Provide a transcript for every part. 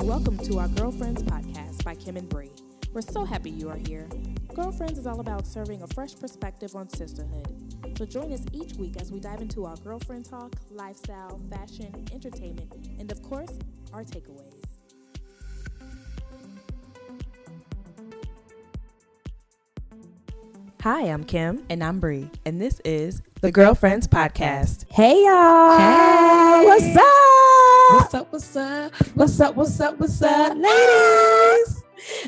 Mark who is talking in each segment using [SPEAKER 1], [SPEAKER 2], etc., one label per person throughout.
[SPEAKER 1] Welcome to our Girlfriends podcast by Kim and Bree. We're so happy you are here. Girlfriends is all about serving a fresh perspective on sisterhood. So join us each week as we dive into our girlfriend talk, lifestyle, fashion, entertainment, and of course, our takeaways. Hi, I'm Kim.
[SPEAKER 2] And I'm Bree, and this is
[SPEAKER 1] The Girlfriends Podcast. Hey, y'all.
[SPEAKER 2] Hey.
[SPEAKER 1] What's up?
[SPEAKER 2] What's Up, What's Up, What's Up, What's Up, What's Up.
[SPEAKER 1] ladies?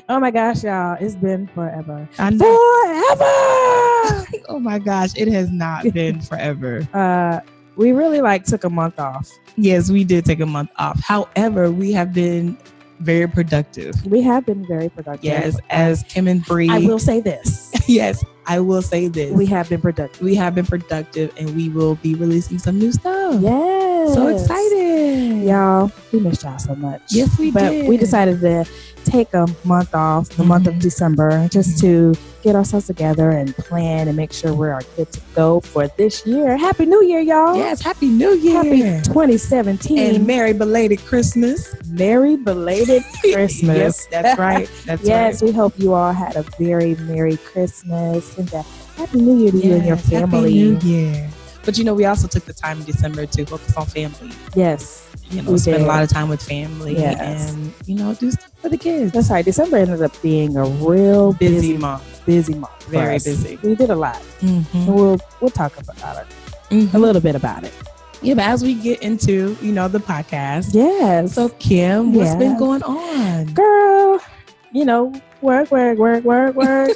[SPEAKER 1] Oh my gosh, y'all. It's been forever.
[SPEAKER 2] I know.
[SPEAKER 1] Forever.
[SPEAKER 2] Oh my gosh, it has not been forever.
[SPEAKER 1] Uh we really like took a month off.
[SPEAKER 2] Yes, we did take a month off. However, we have been very productive.
[SPEAKER 1] We have been very productive.
[SPEAKER 2] Yes, as Kim and Bree.
[SPEAKER 1] I will say this.
[SPEAKER 2] Yes, I will say this.
[SPEAKER 1] We have been productive.
[SPEAKER 2] we have been productive, and we will be releasing some new stuff.
[SPEAKER 1] Yes.
[SPEAKER 2] So excited,
[SPEAKER 1] Y'all, we missed y'all so much.
[SPEAKER 2] Yes, we
[SPEAKER 1] but
[SPEAKER 2] did.
[SPEAKER 1] we decided to take a month off, the month of
[SPEAKER 2] Mhm.
[SPEAKER 1] December, just
[SPEAKER 2] Mm-hmm.
[SPEAKER 1] to get ourselves together and plan and make sure we are good to go for this year. Happy New Year, y'all.
[SPEAKER 2] Yes, Happy New Year
[SPEAKER 1] Happy 2017.
[SPEAKER 2] and Merry belated Christmas.
[SPEAKER 1] Merry belated Christmas.
[SPEAKER 2] yes, that's right. That's
[SPEAKER 1] yes, we hope you all had a very merry Christmas and a happy new year to
[SPEAKER 2] right.
[SPEAKER 1] you and your
[SPEAKER 2] Yes, Happy
[SPEAKER 1] family.
[SPEAKER 2] New Year. But you know, we also took the time in December to focus on family.
[SPEAKER 1] Yes,
[SPEAKER 2] you know,
[SPEAKER 1] We
[SPEAKER 2] spend
[SPEAKER 1] did.
[SPEAKER 2] a lot of time with family
[SPEAKER 1] Yes.
[SPEAKER 2] and you know, do stuff for the kids.
[SPEAKER 1] that's right. December ended up being a real
[SPEAKER 2] busy
[SPEAKER 1] busy,
[SPEAKER 2] month.
[SPEAKER 1] busy month. for
[SPEAKER 2] Very
[SPEAKER 1] us.
[SPEAKER 2] busy.
[SPEAKER 1] We did a lot.
[SPEAKER 2] Mm-hmm.
[SPEAKER 1] And we'll we'll talk about it a little bit about it.
[SPEAKER 2] Yeah, but as we get into you know the podcast,
[SPEAKER 1] Yes.
[SPEAKER 2] so Kim, what's been
[SPEAKER 1] Yes.
[SPEAKER 2] going on?
[SPEAKER 1] girl, you know, work, work, work, work, work.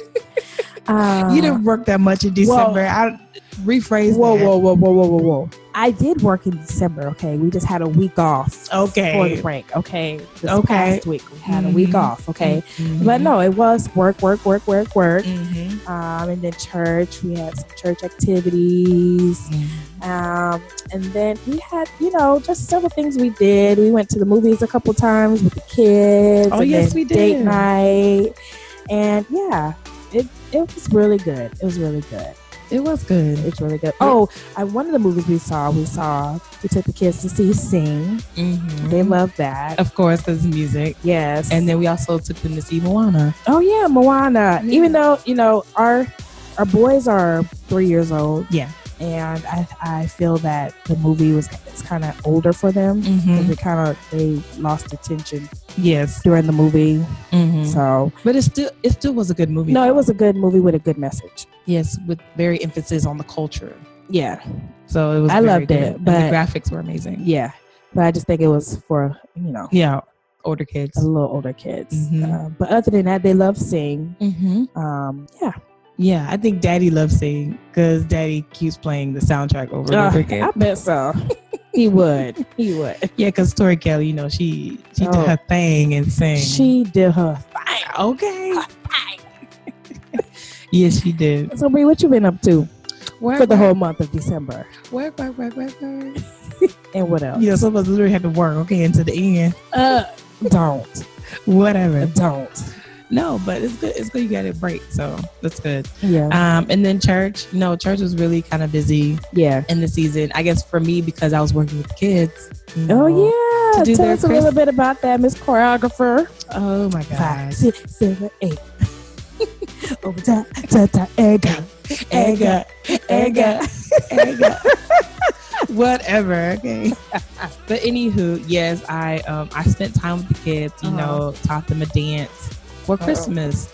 [SPEAKER 1] uh,
[SPEAKER 2] you didn't work that much in December. I rephrase.
[SPEAKER 1] Whoa,
[SPEAKER 2] that.
[SPEAKER 1] whoa, whoa, whoa, whoa, whoa, whoa. I did work in December, okay? We just had a week off. For the
[SPEAKER 2] Okay.
[SPEAKER 1] break, okay? Mm-hmm. This
[SPEAKER 2] Okay.
[SPEAKER 1] past week, we had a week
[SPEAKER 2] Mhm.
[SPEAKER 1] off, okay?
[SPEAKER 2] Mhm.
[SPEAKER 1] But no, it was work, work, work, work, work.
[SPEAKER 2] Mhm.
[SPEAKER 1] Um, and then church, we had some church activities.
[SPEAKER 2] Mhm.
[SPEAKER 1] Um, and then we had, you know, just several things we did. We went to the movies a couple times with the kids.
[SPEAKER 2] Oh,
[SPEAKER 1] and
[SPEAKER 2] yes,
[SPEAKER 1] then
[SPEAKER 2] we did.
[SPEAKER 1] Date night. And yeah, it, it was really good. It was really good.
[SPEAKER 2] It was good.
[SPEAKER 1] It's really good. Oh, I, one of the movies we saw, we saw, we took the kids to see Sing. They love that.
[SPEAKER 2] of course, because music.
[SPEAKER 1] Yes.
[SPEAKER 2] Mm-hmm. And then we also took them to see Moana.
[SPEAKER 1] oh yeah, Moana.
[SPEAKER 2] Yeah.
[SPEAKER 1] Even though you know our our boys are three years old.
[SPEAKER 2] Yeah.
[SPEAKER 1] And I I feel that the movie was it's kind of older for them.
[SPEAKER 2] Mm-hmm.
[SPEAKER 1] They kind of they lost attention
[SPEAKER 2] Yes,
[SPEAKER 1] during the movie.
[SPEAKER 2] hmm
[SPEAKER 1] So
[SPEAKER 2] but it still it still was a good movie.
[SPEAKER 1] no, it was a good movie with a good message.
[SPEAKER 2] yes, with very emphasis on the culture.
[SPEAKER 1] Yeah,
[SPEAKER 2] So it was.
[SPEAKER 1] I
[SPEAKER 2] very
[SPEAKER 1] loved
[SPEAKER 2] good.
[SPEAKER 1] it,
[SPEAKER 2] And
[SPEAKER 1] but-
[SPEAKER 2] the graphics were amazing.
[SPEAKER 1] yeah. But I just think it was for you know
[SPEAKER 2] Yeah, older kids.
[SPEAKER 1] a little older kids.
[SPEAKER 2] Mhm.
[SPEAKER 1] Uh, but other than that, they love Sing.
[SPEAKER 2] Mm-hmm.
[SPEAKER 1] Um, yeah,
[SPEAKER 2] Yeah, I think Daddy loves singing because Daddy keeps playing the soundtrack over and over
[SPEAKER 1] Uh,
[SPEAKER 2] again.
[SPEAKER 1] I bet so. he would. He would.
[SPEAKER 2] yeah, because Tori Kelly, you know, she she
[SPEAKER 1] Oh.
[SPEAKER 2] did her thing and sang.
[SPEAKER 1] She did her.
[SPEAKER 2] okay. yes, she did.
[SPEAKER 1] So Brie, what you been up to
[SPEAKER 2] Work,
[SPEAKER 1] for the whole month of December?
[SPEAKER 2] work, work, work, work, work.
[SPEAKER 1] And what else?
[SPEAKER 2] You know, some of us literally had to work okay until the end.
[SPEAKER 1] Uh, don't,
[SPEAKER 2] Whatever.
[SPEAKER 1] don't.
[SPEAKER 2] No, but it's good. It's good. You got a break, so that's good.
[SPEAKER 1] Yeah,
[SPEAKER 2] Um, and then church. No, church was really kind of busy.
[SPEAKER 1] yeah.
[SPEAKER 2] in the season. I guess for me because I was working with kids. you
[SPEAKER 1] Oh
[SPEAKER 2] know.
[SPEAKER 1] yeah.
[SPEAKER 2] To do
[SPEAKER 1] Tell
[SPEAKER 2] their
[SPEAKER 1] us a little
[SPEAKER 2] Christ-
[SPEAKER 1] bit about that, Miss Choreographer.
[SPEAKER 2] Oh my
[SPEAKER 1] Five,
[SPEAKER 2] gosh.
[SPEAKER 1] six, seven, eight. Over ta ta ta egga,
[SPEAKER 2] Egga,
[SPEAKER 1] egga.
[SPEAKER 2] egga. Whatever. Okay. But anywho, yes, I um I spent time with the kids. You
[SPEAKER 1] Uh-huh.
[SPEAKER 2] know, taught them a dance for
[SPEAKER 1] Uh-oh.
[SPEAKER 2] Christmas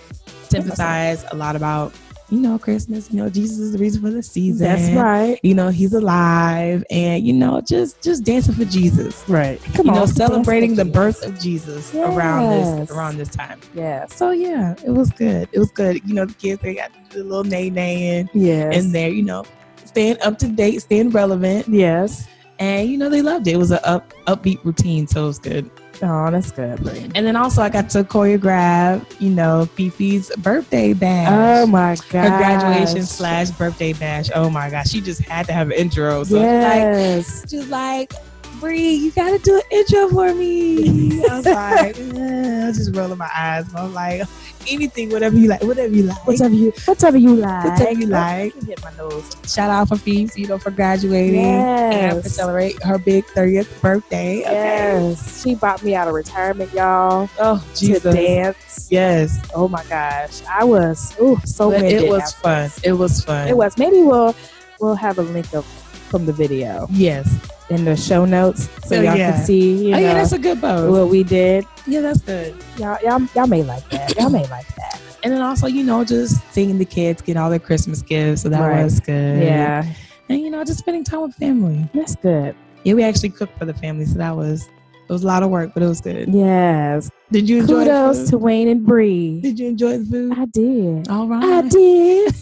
[SPEAKER 2] to emphasize a lot about you know Christmas. You know, Jesus is the reason for the season.
[SPEAKER 1] That's right.
[SPEAKER 2] You know, he's alive, and you know, just just dancing for Jesus.
[SPEAKER 1] Right. Come
[SPEAKER 2] you
[SPEAKER 1] on.
[SPEAKER 2] know,
[SPEAKER 1] dance
[SPEAKER 2] celebrating
[SPEAKER 1] with
[SPEAKER 2] the
[SPEAKER 1] me.
[SPEAKER 2] birth of Jesus around
[SPEAKER 1] Yes.
[SPEAKER 2] this around this time.
[SPEAKER 1] Yes.
[SPEAKER 2] So yeah, it was good. It was good. You know, the kids they got to do the little nay naying
[SPEAKER 1] Yes.
[SPEAKER 2] in there. You know, staying up to date, staying relevant,
[SPEAKER 1] Yes.
[SPEAKER 2] and you know they loved it. It was a up upbeat routine, so it was good.
[SPEAKER 1] Oh, that's good, Brie.
[SPEAKER 2] And then also I got to choreograph, you know, Fifi's birthday bash.
[SPEAKER 1] Oh my god!
[SPEAKER 2] her graduation slash birthday bash. Oh my gosh, she just had to have an intro. So like
[SPEAKER 1] yes.
[SPEAKER 2] just like Bree, you gotta do an intro for me. I was like, uh, was just rolling my eyes. But I'm like, anything, whatever you like, whatever you like.
[SPEAKER 1] Whatever you, whatever you like.
[SPEAKER 2] Whatever you like.
[SPEAKER 1] Hit my nose.
[SPEAKER 2] Shout out for Phoebe, you know, for graduating and for
[SPEAKER 1] Yes.
[SPEAKER 2] celebrate her big 30th birthday. Okay.
[SPEAKER 1] Yes. She brought me out of retirement, y'all,
[SPEAKER 2] Oh,
[SPEAKER 1] to
[SPEAKER 2] Jesus.
[SPEAKER 1] dance.
[SPEAKER 2] Yes.
[SPEAKER 1] Oh my gosh. I was, ooh, so
[SPEAKER 2] But
[SPEAKER 1] winded
[SPEAKER 2] it was
[SPEAKER 1] after
[SPEAKER 2] fun.
[SPEAKER 1] this.
[SPEAKER 2] It was fun.
[SPEAKER 1] It was. Maybe we'll, we'll have a link of, from the video
[SPEAKER 2] Yes.
[SPEAKER 1] in the show notes so
[SPEAKER 2] Oh,
[SPEAKER 1] y'all
[SPEAKER 2] yeah.
[SPEAKER 1] can see, you
[SPEAKER 2] oh,
[SPEAKER 1] know,
[SPEAKER 2] yeah, that's a good bow.
[SPEAKER 1] what we did.
[SPEAKER 2] yeah, that's good.
[SPEAKER 1] Y'all, y'all, y'all may like that. Y'all may like that.
[SPEAKER 2] And then also, you know, just seeing the kids get all their Christmas gifts. So that
[SPEAKER 1] Right.
[SPEAKER 2] was good.
[SPEAKER 1] Yeah.
[SPEAKER 2] And, you know, just spending time with family.
[SPEAKER 1] That's good.
[SPEAKER 2] Yeah, we actually cooked for the family. So that was, it was a lot of work, but it was good.
[SPEAKER 1] Yes.
[SPEAKER 2] Did you enjoy the
[SPEAKER 1] Kudos
[SPEAKER 2] food?
[SPEAKER 1] to Wayne and Bree.
[SPEAKER 2] Did you enjoy the food?
[SPEAKER 1] I did.
[SPEAKER 2] all right.
[SPEAKER 1] I did.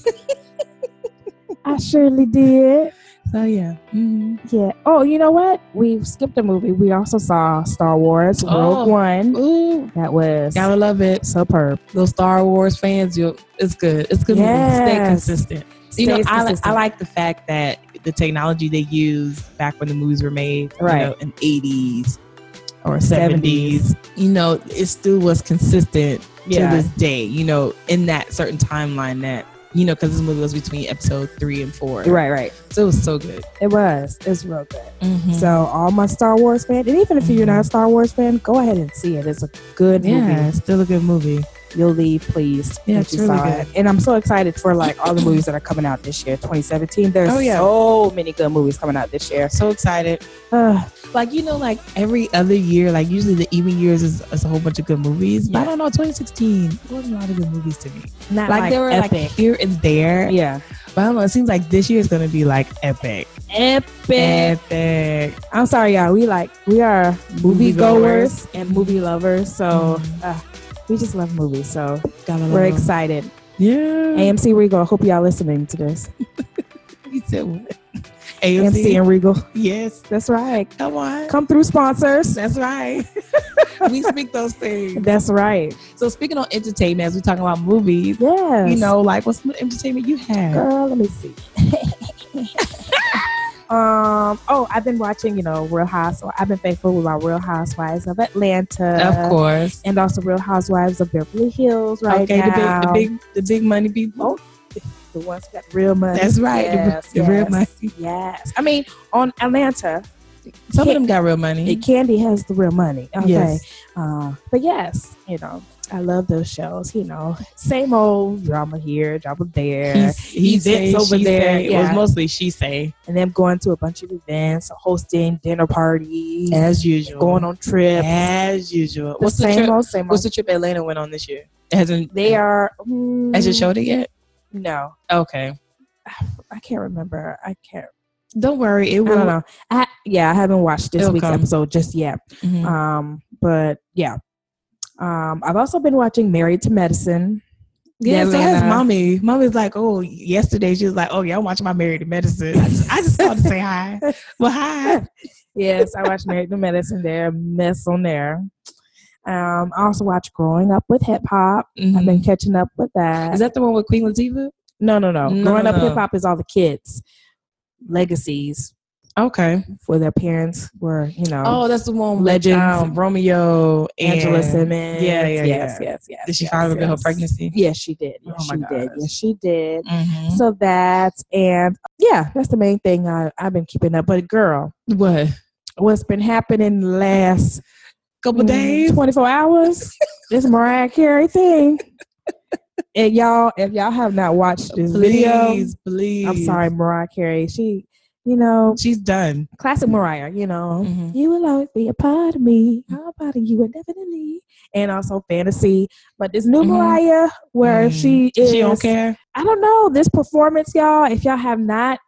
[SPEAKER 1] I surely did.
[SPEAKER 2] So yeah. Mhm.
[SPEAKER 1] Yeah. Oh, you know what? We skipped a movie. We also saw Star Wars Rogue
[SPEAKER 2] Oh.
[SPEAKER 1] One.
[SPEAKER 2] Ooh,
[SPEAKER 1] That was
[SPEAKER 2] gotta love it.
[SPEAKER 1] superb.
[SPEAKER 2] Those Star Wars fans, you it's good. It's good. Movie. Stay
[SPEAKER 1] Yes.
[SPEAKER 2] consistent. you know,
[SPEAKER 1] Stays
[SPEAKER 2] I, li- I
[SPEAKER 1] consistent.
[SPEAKER 2] like the fact that the technology they used back when the movies were made, you
[SPEAKER 1] Right.
[SPEAKER 2] know, in eighties or seventies, you know, it still was consistent
[SPEAKER 1] Yeah.
[SPEAKER 2] to this day. You know, in that certain timeline that you know, because this movie was between episode three and four,
[SPEAKER 1] Right, right.
[SPEAKER 2] So it was so good.
[SPEAKER 1] It was. It's real good.
[SPEAKER 2] Mhm.
[SPEAKER 1] So all my Star Wars fans, and even if you're not a Star Wars fan, go ahead and see it. It's a good
[SPEAKER 2] Mm-hmm. yeah,
[SPEAKER 1] movie.
[SPEAKER 2] it's still a good movie.
[SPEAKER 1] You'll leave pleased
[SPEAKER 2] Yeah,
[SPEAKER 1] that
[SPEAKER 2] it's
[SPEAKER 1] you
[SPEAKER 2] really
[SPEAKER 1] saw
[SPEAKER 2] good.
[SPEAKER 1] it. And I'm so excited for like all the movies that are coming out this year, 2017. There's
[SPEAKER 2] Oh, yeah.
[SPEAKER 1] so many good movies coming out this year. Uh,
[SPEAKER 2] So excited.
[SPEAKER 1] Ugh,
[SPEAKER 2] like you know, like every other year, like usually the even years is, is a whole bunch of good movies. But I
[SPEAKER 1] Yeah.
[SPEAKER 2] don't know, 2016 there wasn't a lot of good movies to me.
[SPEAKER 1] not
[SPEAKER 2] Like,
[SPEAKER 1] like,
[SPEAKER 2] there were like
[SPEAKER 1] epic.
[SPEAKER 2] here and there.
[SPEAKER 1] yeah,
[SPEAKER 2] But I don't know. It seems like this year is gonna be like epic,
[SPEAKER 1] epic.
[SPEAKER 2] epic.
[SPEAKER 1] I'm sorry, y'all. We like we are movie goers
[SPEAKER 2] Moviegoers.
[SPEAKER 1] and movie lovers, so
[SPEAKER 2] Mhm.
[SPEAKER 1] uh, we just love movies. So
[SPEAKER 2] Gotta love
[SPEAKER 1] we're
[SPEAKER 2] them.
[SPEAKER 1] excited.
[SPEAKER 2] Yeah.
[SPEAKER 1] AMC Regal. I hope y'all listening to this.
[SPEAKER 2] You said what?
[SPEAKER 1] AMC,
[SPEAKER 2] AMC.
[SPEAKER 1] and Regal.
[SPEAKER 2] Yes.
[SPEAKER 1] That's right.
[SPEAKER 2] Come on.
[SPEAKER 1] Come through, sponsors.
[SPEAKER 2] That's right. we speak those things.
[SPEAKER 1] That's right.
[SPEAKER 2] So speaking on entertainment, as we talking about movies,
[SPEAKER 1] Yes.
[SPEAKER 2] you know, like what's some entertainment you have?
[SPEAKER 1] Girl, let me see. um. Oh, I've been watching. You know, Real Housewives. I've been faithful with my Real Housewives of Atlanta.
[SPEAKER 2] course.
[SPEAKER 1] And also Real Housewives of Beverly Hills. Right
[SPEAKER 2] okay,
[SPEAKER 1] now.
[SPEAKER 2] the big, the big, the big money people.
[SPEAKER 1] Oh, the ones that got real money.
[SPEAKER 2] That's right. the-
[SPEAKER 1] Yes,
[SPEAKER 2] the real
[SPEAKER 1] yes.
[SPEAKER 2] money.
[SPEAKER 1] Yes. I mean, on Atlanta,
[SPEAKER 2] Some of them got real money.
[SPEAKER 1] Candy has the real money. Okay.
[SPEAKER 2] Yes.
[SPEAKER 1] Uh, but yes, you know, I love those shows. You know, same old drama here, drama there,
[SPEAKER 2] He's,
[SPEAKER 1] He
[SPEAKER 2] say,
[SPEAKER 1] sits over
[SPEAKER 2] she
[SPEAKER 1] there,
[SPEAKER 2] say. It was
[SPEAKER 1] yeah.
[SPEAKER 2] mostly she say,
[SPEAKER 1] and them going to a bunch of events, hosting dinner parties,
[SPEAKER 2] as usual.
[SPEAKER 1] going on trips.
[SPEAKER 2] as usual.
[SPEAKER 1] The
[SPEAKER 2] What's the
[SPEAKER 1] same
[SPEAKER 2] trip?
[SPEAKER 1] old, same
[SPEAKER 2] What's
[SPEAKER 1] old.
[SPEAKER 2] the trip Atlanta went on this year? It hasn't
[SPEAKER 1] They are. Mm,
[SPEAKER 2] Has it showed it yet?
[SPEAKER 1] No,
[SPEAKER 2] Okay.
[SPEAKER 1] I can't remember. I can't.
[SPEAKER 2] Don't worry. It
[SPEAKER 1] I don't know. I, yeah, I haven't watched this
[SPEAKER 2] It'll
[SPEAKER 1] week's
[SPEAKER 2] come.
[SPEAKER 1] episode just yet.
[SPEAKER 2] Mm-hmm.
[SPEAKER 1] Um, but yeah. Um, I've also been watching Married to Medicine.
[SPEAKER 2] yeah, so has
[SPEAKER 1] Atlanta.
[SPEAKER 2] mommy. Mommy's like, oh, yesterday she was like, oh yeah, I'm watching my Married to Medicine. I just, I just called to say hi. Well, hi.
[SPEAKER 1] Yes, I watched Married to Medicine there, mess on there. Um, I also watch Growing Up with Hip Hop. I've
[SPEAKER 2] Mm-hmm.
[SPEAKER 1] been catching up with that.
[SPEAKER 2] Is that the one with Queen Latifah?
[SPEAKER 1] no, no, no.
[SPEAKER 2] No,
[SPEAKER 1] Growing Up
[SPEAKER 2] no.
[SPEAKER 1] Hip Hop is all the kids' legacies
[SPEAKER 2] Okay.
[SPEAKER 1] where their parents were, you know,
[SPEAKER 2] Oh, that's the one.
[SPEAKER 1] Legends.
[SPEAKER 2] Legend. Um, Romeo.
[SPEAKER 1] Angela
[SPEAKER 2] and-
[SPEAKER 1] Simmons.
[SPEAKER 2] Yeah, yeah,
[SPEAKER 1] yes,
[SPEAKER 2] yeah.
[SPEAKER 1] yes, yes.
[SPEAKER 2] Did she
[SPEAKER 1] yes,
[SPEAKER 2] finally reveal her
[SPEAKER 1] yes.
[SPEAKER 2] pregnancy? Mm-hmm.
[SPEAKER 1] Yes, she did.
[SPEAKER 2] Oh
[SPEAKER 1] Yes,
[SPEAKER 2] my
[SPEAKER 1] she did.
[SPEAKER 2] gosh.
[SPEAKER 1] Yes, she did. So that and yeah, that's the main thing I, I've been keeping up. But girl,
[SPEAKER 2] What?
[SPEAKER 1] what's been happening the last
[SPEAKER 2] Couple days.
[SPEAKER 1] twenty four hours? this Mariah Carey thing. and y'all, if y'all have not watched this
[SPEAKER 2] Please, please.
[SPEAKER 1] video, I'm sorry, Mariah Carey. She, you know,
[SPEAKER 2] She's done.
[SPEAKER 1] classic Mariah. You know,
[SPEAKER 2] Mm-hmm.
[SPEAKER 1] you will always be a part of me. How about it? You will never leave. And also fantasy, but this new
[SPEAKER 2] Mhm.
[SPEAKER 1] Mariah, where
[SPEAKER 2] Mhm.
[SPEAKER 1] she is,
[SPEAKER 2] She don't care.
[SPEAKER 1] I don't know this performance, y'all. If y'all have not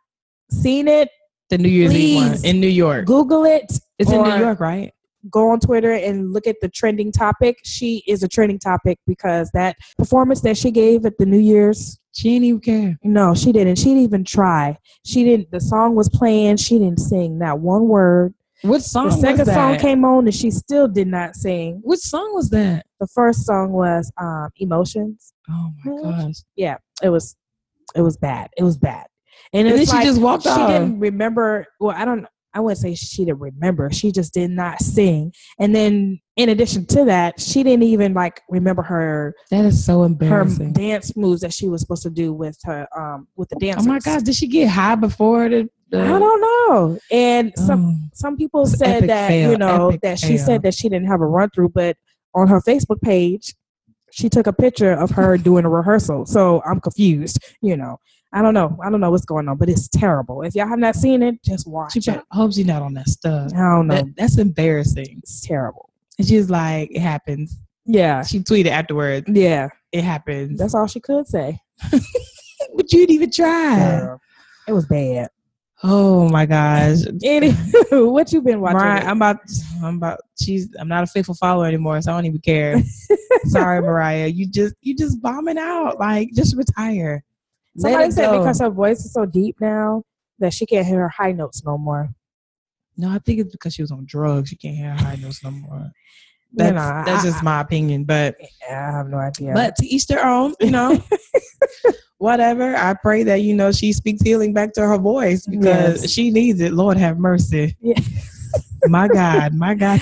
[SPEAKER 1] seen it,
[SPEAKER 2] The New Year's Eve one
[SPEAKER 1] Please.
[SPEAKER 2] in New York.
[SPEAKER 1] Google it.
[SPEAKER 2] It's in New
[SPEAKER 1] or
[SPEAKER 2] York, right?
[SPEAKER 1] Go on Twitter and look at the trending topic. She is a trending topic because that performance that she gave at the New Year's.
[SPEAKER 2] She ain't even care.
[SPEAKER 1] No, she didn't. She didn't even try. She didn't. The song was playing. She didn't sing not one word.
[SPEAKER 2] What song?
[SPEAKER 1] The
[SPEAKER 2] was
[SPEAKER 1] second
[SPEAKER 2] that?
[SPEAKER 1] song came on and she still did not sing.
[SPEAKER 2] Which song was that?
[SPEAKER 1] The first song was um, "Emotions."
[SPEAKER 2] Oh my
[SPEAKER 1] What?
[SPEAKER 2] gosh!
[SPEAKER 1] It was, it was bad. It was bad. And,
[SPEAKER 2] And then
[SPEAKER 1] it's
[SPEAKER 2] she
[SPEAKER 1] like-
[SPEAKER 2] just walked
[SPEAKER 1] she
[SPEAKER 2] off.
[SPEAKER 1] didn't remember well i don't i wouldn't say she didn't remember she just did not sing and then in addition to that, she didn't even like remember her
[SPEAKER 2] That is so
[SPEAKER 1] her
[SPEAKER 2] embarrassing.
[SPEAKER 1] dance moves that she was supposed to do with her um with the
[SPEAKER 2] oh
[SPEAKER 1] dancers.
[SPEAKER 2] my gosh, did she get high before the? the
[SPEAKER 1] I don't know. And some
[SPEAKER 2] Oh.
[SPEAKER 1] some people
[SPEAKER 2] It's
[SPEAKER 1] said
[SPEAKER 2] epic
[SPEAKER 1] that
[SPEAKER 2] fail,
[SPEAKER 1] you know
[SPEAKER 2] epic
[SPEAKER 1] that she
[SPEAKER 2] fail.
[SPEAKER 1] said that she didn't have a run through, but on her Facebook page, she took a picture of her doing a rehearsal. So I'm confused. You know, I don't know. I don't know what's going on, but it's terrible. If y'all have not seen it, just watch
[SPEAKER 2] She
[SPEAKER 1] it.
[SPEAKER 2] probably, I hope she's not on that stuff.
[SPEAKER 1] I don't know.
[SPEAKER 2] That, that's embarrassing.
[SPEAKER 1] It's terrible.
[SPEAKER 2] And she's like, it happens.
[SPEAKER 1] Yeah,
[SPEAKER 2] She tweeted afterwards,
[SPEAKER 1] yeah.
[SPEAKER 2] it happens.
[SPEAKER 1] That's all she could say.
[SPEAKER 2] But you didn't even try.
[SPEAKER 1] Girl, It was bad.
[SPEAKER 2] Oh my gosh.
[SPEAKER 1] Any, what you been watching?
[SPEAKER 2] Mariah,
[SPEAKER 1] lately?
[SPEAKER 2] I'm about. I'm about. She's. I'm not a faithful follower anymore, so I don't even care. Sorry, Mariah. You just. You just bombing out. Like, just retire. Let
[SPEAKER 1] Somebody
[SPEAKER 2] it
[SPEAKER 1] said
[SPEAKER 2] go.
[SPEAKER 1] because her voice is so deep now that she can't hear her high notes no more.
[SPEAKER 2] No, I think it's because she was on drugs. You can't hear her high notes no more.
[SPEAKER 1] You
[SPEAKER 2] That's,
[SPEAKER 1] know,
[SPEAKER 2] that's
[SPEAKER 1] I-
[SPEAKER 2] just my opinion, but
[SPEAKER 1] I have no idea.
[SPEAKER 2] but to each their own, you know. Whatever. I pray that you know she speaks healing back to her voice because
[SPEAKER 1] Yes.
[SPEAKER 2] she needs it. Lord have mercy.
[SPEAKER 1] Yeah.
[SPEAKER 2] my God, my God,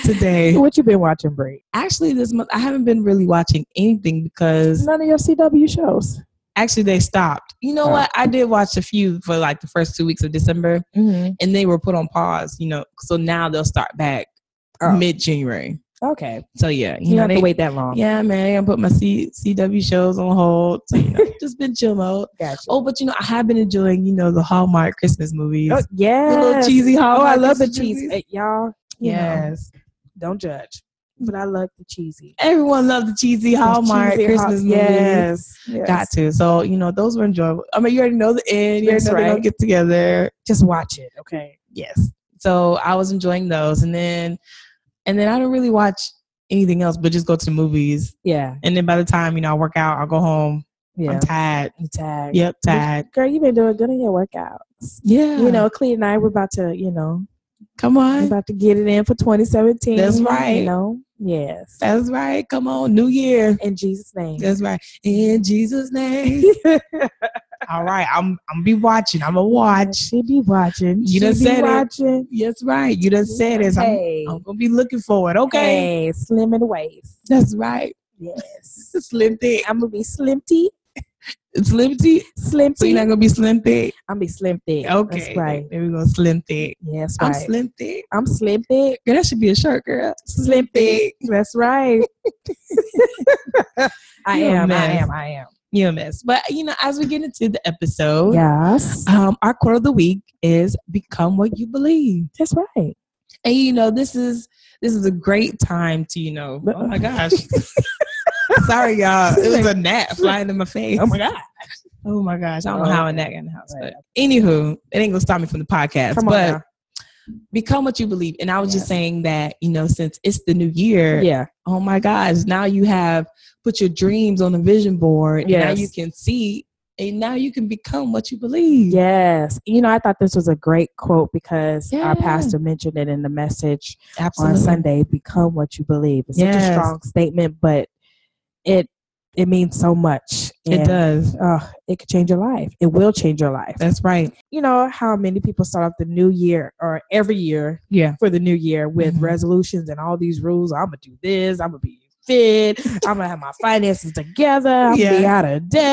[SPEAKER 2] today.
[SPEAKER 1] what you been watching, Brie?
[SPEAKER 2] Actually, this month I haven't been really watching anything because
[SPEAKER 1] None of your CW shows.
[SPEAKER 2] actually they stopped. You know
[SPEAKER 1] Oh.
[SPEAKER 2] what? I did watch a few for like the first two weeks of December,
[SPEAKER 1] Mm-hmm.
[SPEAKER 2] and they were put on pause. You know, so now they'll start back
[SPEAKER 1] Oh.
[SPEAKER 2] mid January.
[SPEAKER 1] Okay,
[SPEAKER 2] So yeah, you,
[SPEAKER 1] you, don't
[SPEAKER 2] know,
[SPEAKER 1] have
[SPEAKER 2] they-
[SPEAKER 1] to wait that long.
[SPEAKER 2] Yeah, man, they gonna put my C- CW shows on hold. So, you know, just been chill mode.
[SPEAKER 1] Gotcha.
[SPEAKER 2] Oh, but you know, I have been enjoying you know the Hallmark Christmas movies.
[SPEAKER 1] Oh, yes.
[SPEAKER 2] The little cheesy
[SPEAKER 1] Oh, I
[SPEAKER 2] Hallmark
[SPEAKER 1] love the
[SPEAKER 2] Christmas
[SPEAKER 1] cheese,
[SPEAKER 2] movies.
[SPEAKER 1] Uh, y'all. you know,
[SPEAKER 2] Yes,
[SPEAKER 1] don't judge, but I love the cheesy.
[SPEAKER 2] everyone loved the cheesy
[SPEAKER 1] The
[SPEAKER 2] Hallmark
[SPEAKER 1] cheesy
[SPEAKER 2] Christmas
[SPEAKER 1] Hall-
[SPEAKER 2] movies.
[SPEAKER 1] Yes, yes.
[SPEAKER 2] Got to. So, you know, those were enjoyable. I mean, you already know the end. You already
[SPEAKER 1] That's
[SPEAKER 2] know they
[SPEAKER 1] right.
[SPEAKER 2] don't get together.
[SPEAKER 1] Just watch it, okay?
[SPEAKER 2] yes so i was enjoying those and then and then i don't really watch anything else but just go to the movies
[SPEAKER 1] Yeah,
[SPEAKER 2] and then by the time you know i work out i'll go home
[SPEAKER 1] yeah.
[SPEAKER 2] i'm tired
[SPEAKER 1] You tag.
[SPEAKER 2] yep tired
[SPEAKER 1] Girl, you've been doing good in your workouts.
[SPEAKER 2] yeah
[SPEAKER 1] You know, Clea and I, we're about to, you know,
[SPEAKER 2] come
[SPEAKER 1] we're
[SPEAKER 2] on
[SPEAKER 1] about to get it in for 2017.
[SPEAKER 2] That's right.
[SPEAKER 1] You know, yes.
[SPEAKER 2] that's right come on new year
[SPEAKER 1] in Jesus' name.
[SPEAKER 2] that's right in jesus name all right i'm i'm be watching i'm gonna watch
[SPEAKER 1] She be watching.
[SPEAKER 2] You
[SPEAKER 1] she
[SPEAKER 2] done
[SPEAKER 1] be
[SPEAKER 2] said it.
[SPEAKER 1] watching.
[SPEAKER 2] that's right you done said it so I'm,
[SPEAKER 1] Hey,
[SPEAKER 2] I'm gonna be looking for it okay
[SPEAKER 1] hey, slim and waist.
[SPEAKER 2] that's right
[SPEAKER 1] Yes,
[SPEAKER 2] slim thick
[SPEAKER 1] I'm gonna be slim tea,
[SPEAKER 2] slim thick
[SPEAKER 1] slim
[SPEAKER 2] so
[SPEAKER 1] tea.
[SPEAKER 2] you're not gonna be slim thick
[SPEAKER 1] I'm gonna be slim thick.
[SPEAKER 2] okay
[SPEAKER 1] that's right.
[SPEAKER 2] there we go slim thick
[SPEAKER 1] Yeah, that's
[SPEAKER 2] I'm
[SPEAKER 1] right.
[SPEAKER 2] slim thick.
[SPEAKER 1] I'm slim thick.
[SPEAKER 2] Girl, that should be a shirt, girl.
[SPEAKER 1] Slim thick. That's right. I
[SPEAKER 2] You're a
[SPEAKER 1] am. I
[SPEAKER 2] mess.
[SPEAKER 1] am. I am.
[SPEAKER 2] You miss. But you know, as we get into the episode,
[SPEAKER 1] Yes,
[SPEAKER 2] um, our quote of the week is become what you believe.
[SPEAKER 1] that's right.
[SPEAKER 2] And you know, this is this is a great time to, you know, oh my gosh. Sorry, y'all. It was a gnat flying in my face.
[SPEAKER 1] Oh my god!
[SPEAKER 2] Oh my gosh. I don't know how a gnat got in the house.
[SPEAKER 1] Right.
[SPEAKER 2] But anywho, it ain't gonna stop me from the podcast.
[SPEAKER 1] Come on
[SPEAKER 2] but
[SPEAKER 1] now.
[SPEAKER 2] become what you believe. And I was just
[SPEAKER 1] Yes.
[SPEAKER 2] saying that, you know, since it's the new year,
[SPEAKER 1] Yeah,
[SPEAKER 2] oh my gosh, now you have put your dreams on a vision board. and Now
[SPEAKER 1] Yes.
[SPEAKER 2] you can see and now you can become what you believe.
[SPEAKER 1] yes. You know, I thought this was a great quote because
[SPEAKER 2] Yeah.
[SPEAKER 1] our pastor mentioned it in the message on
[SPEAKER 2] Absolutely.
[SPEAKER 1] Sunday, become what you believe. It's such
[SPEAKER 2] Yes.
[SPEAKER 1] a strong statement, but it it means so much.
[SPEAKER 2] It does.
[SPEAKER 1] Uh, it could change your life. It will change your life.
[SPEAKER 2] That's right.
[SPEAKER 1] you know how many people start off the new year or every year
[SPEAKER 2] Yeah.
[SPEAKER 1] for the new year with
[SPEAKER 2] Mhm.
[SPEAKER 1] resolutions and all these rules. I'm gonna do this. I'm gonna be fit. I'm gonna have my finances together. I'm gonna be
[SPEAKER 2] Yeah. Mm-hmm.
[SPEAKER 1] out of debt.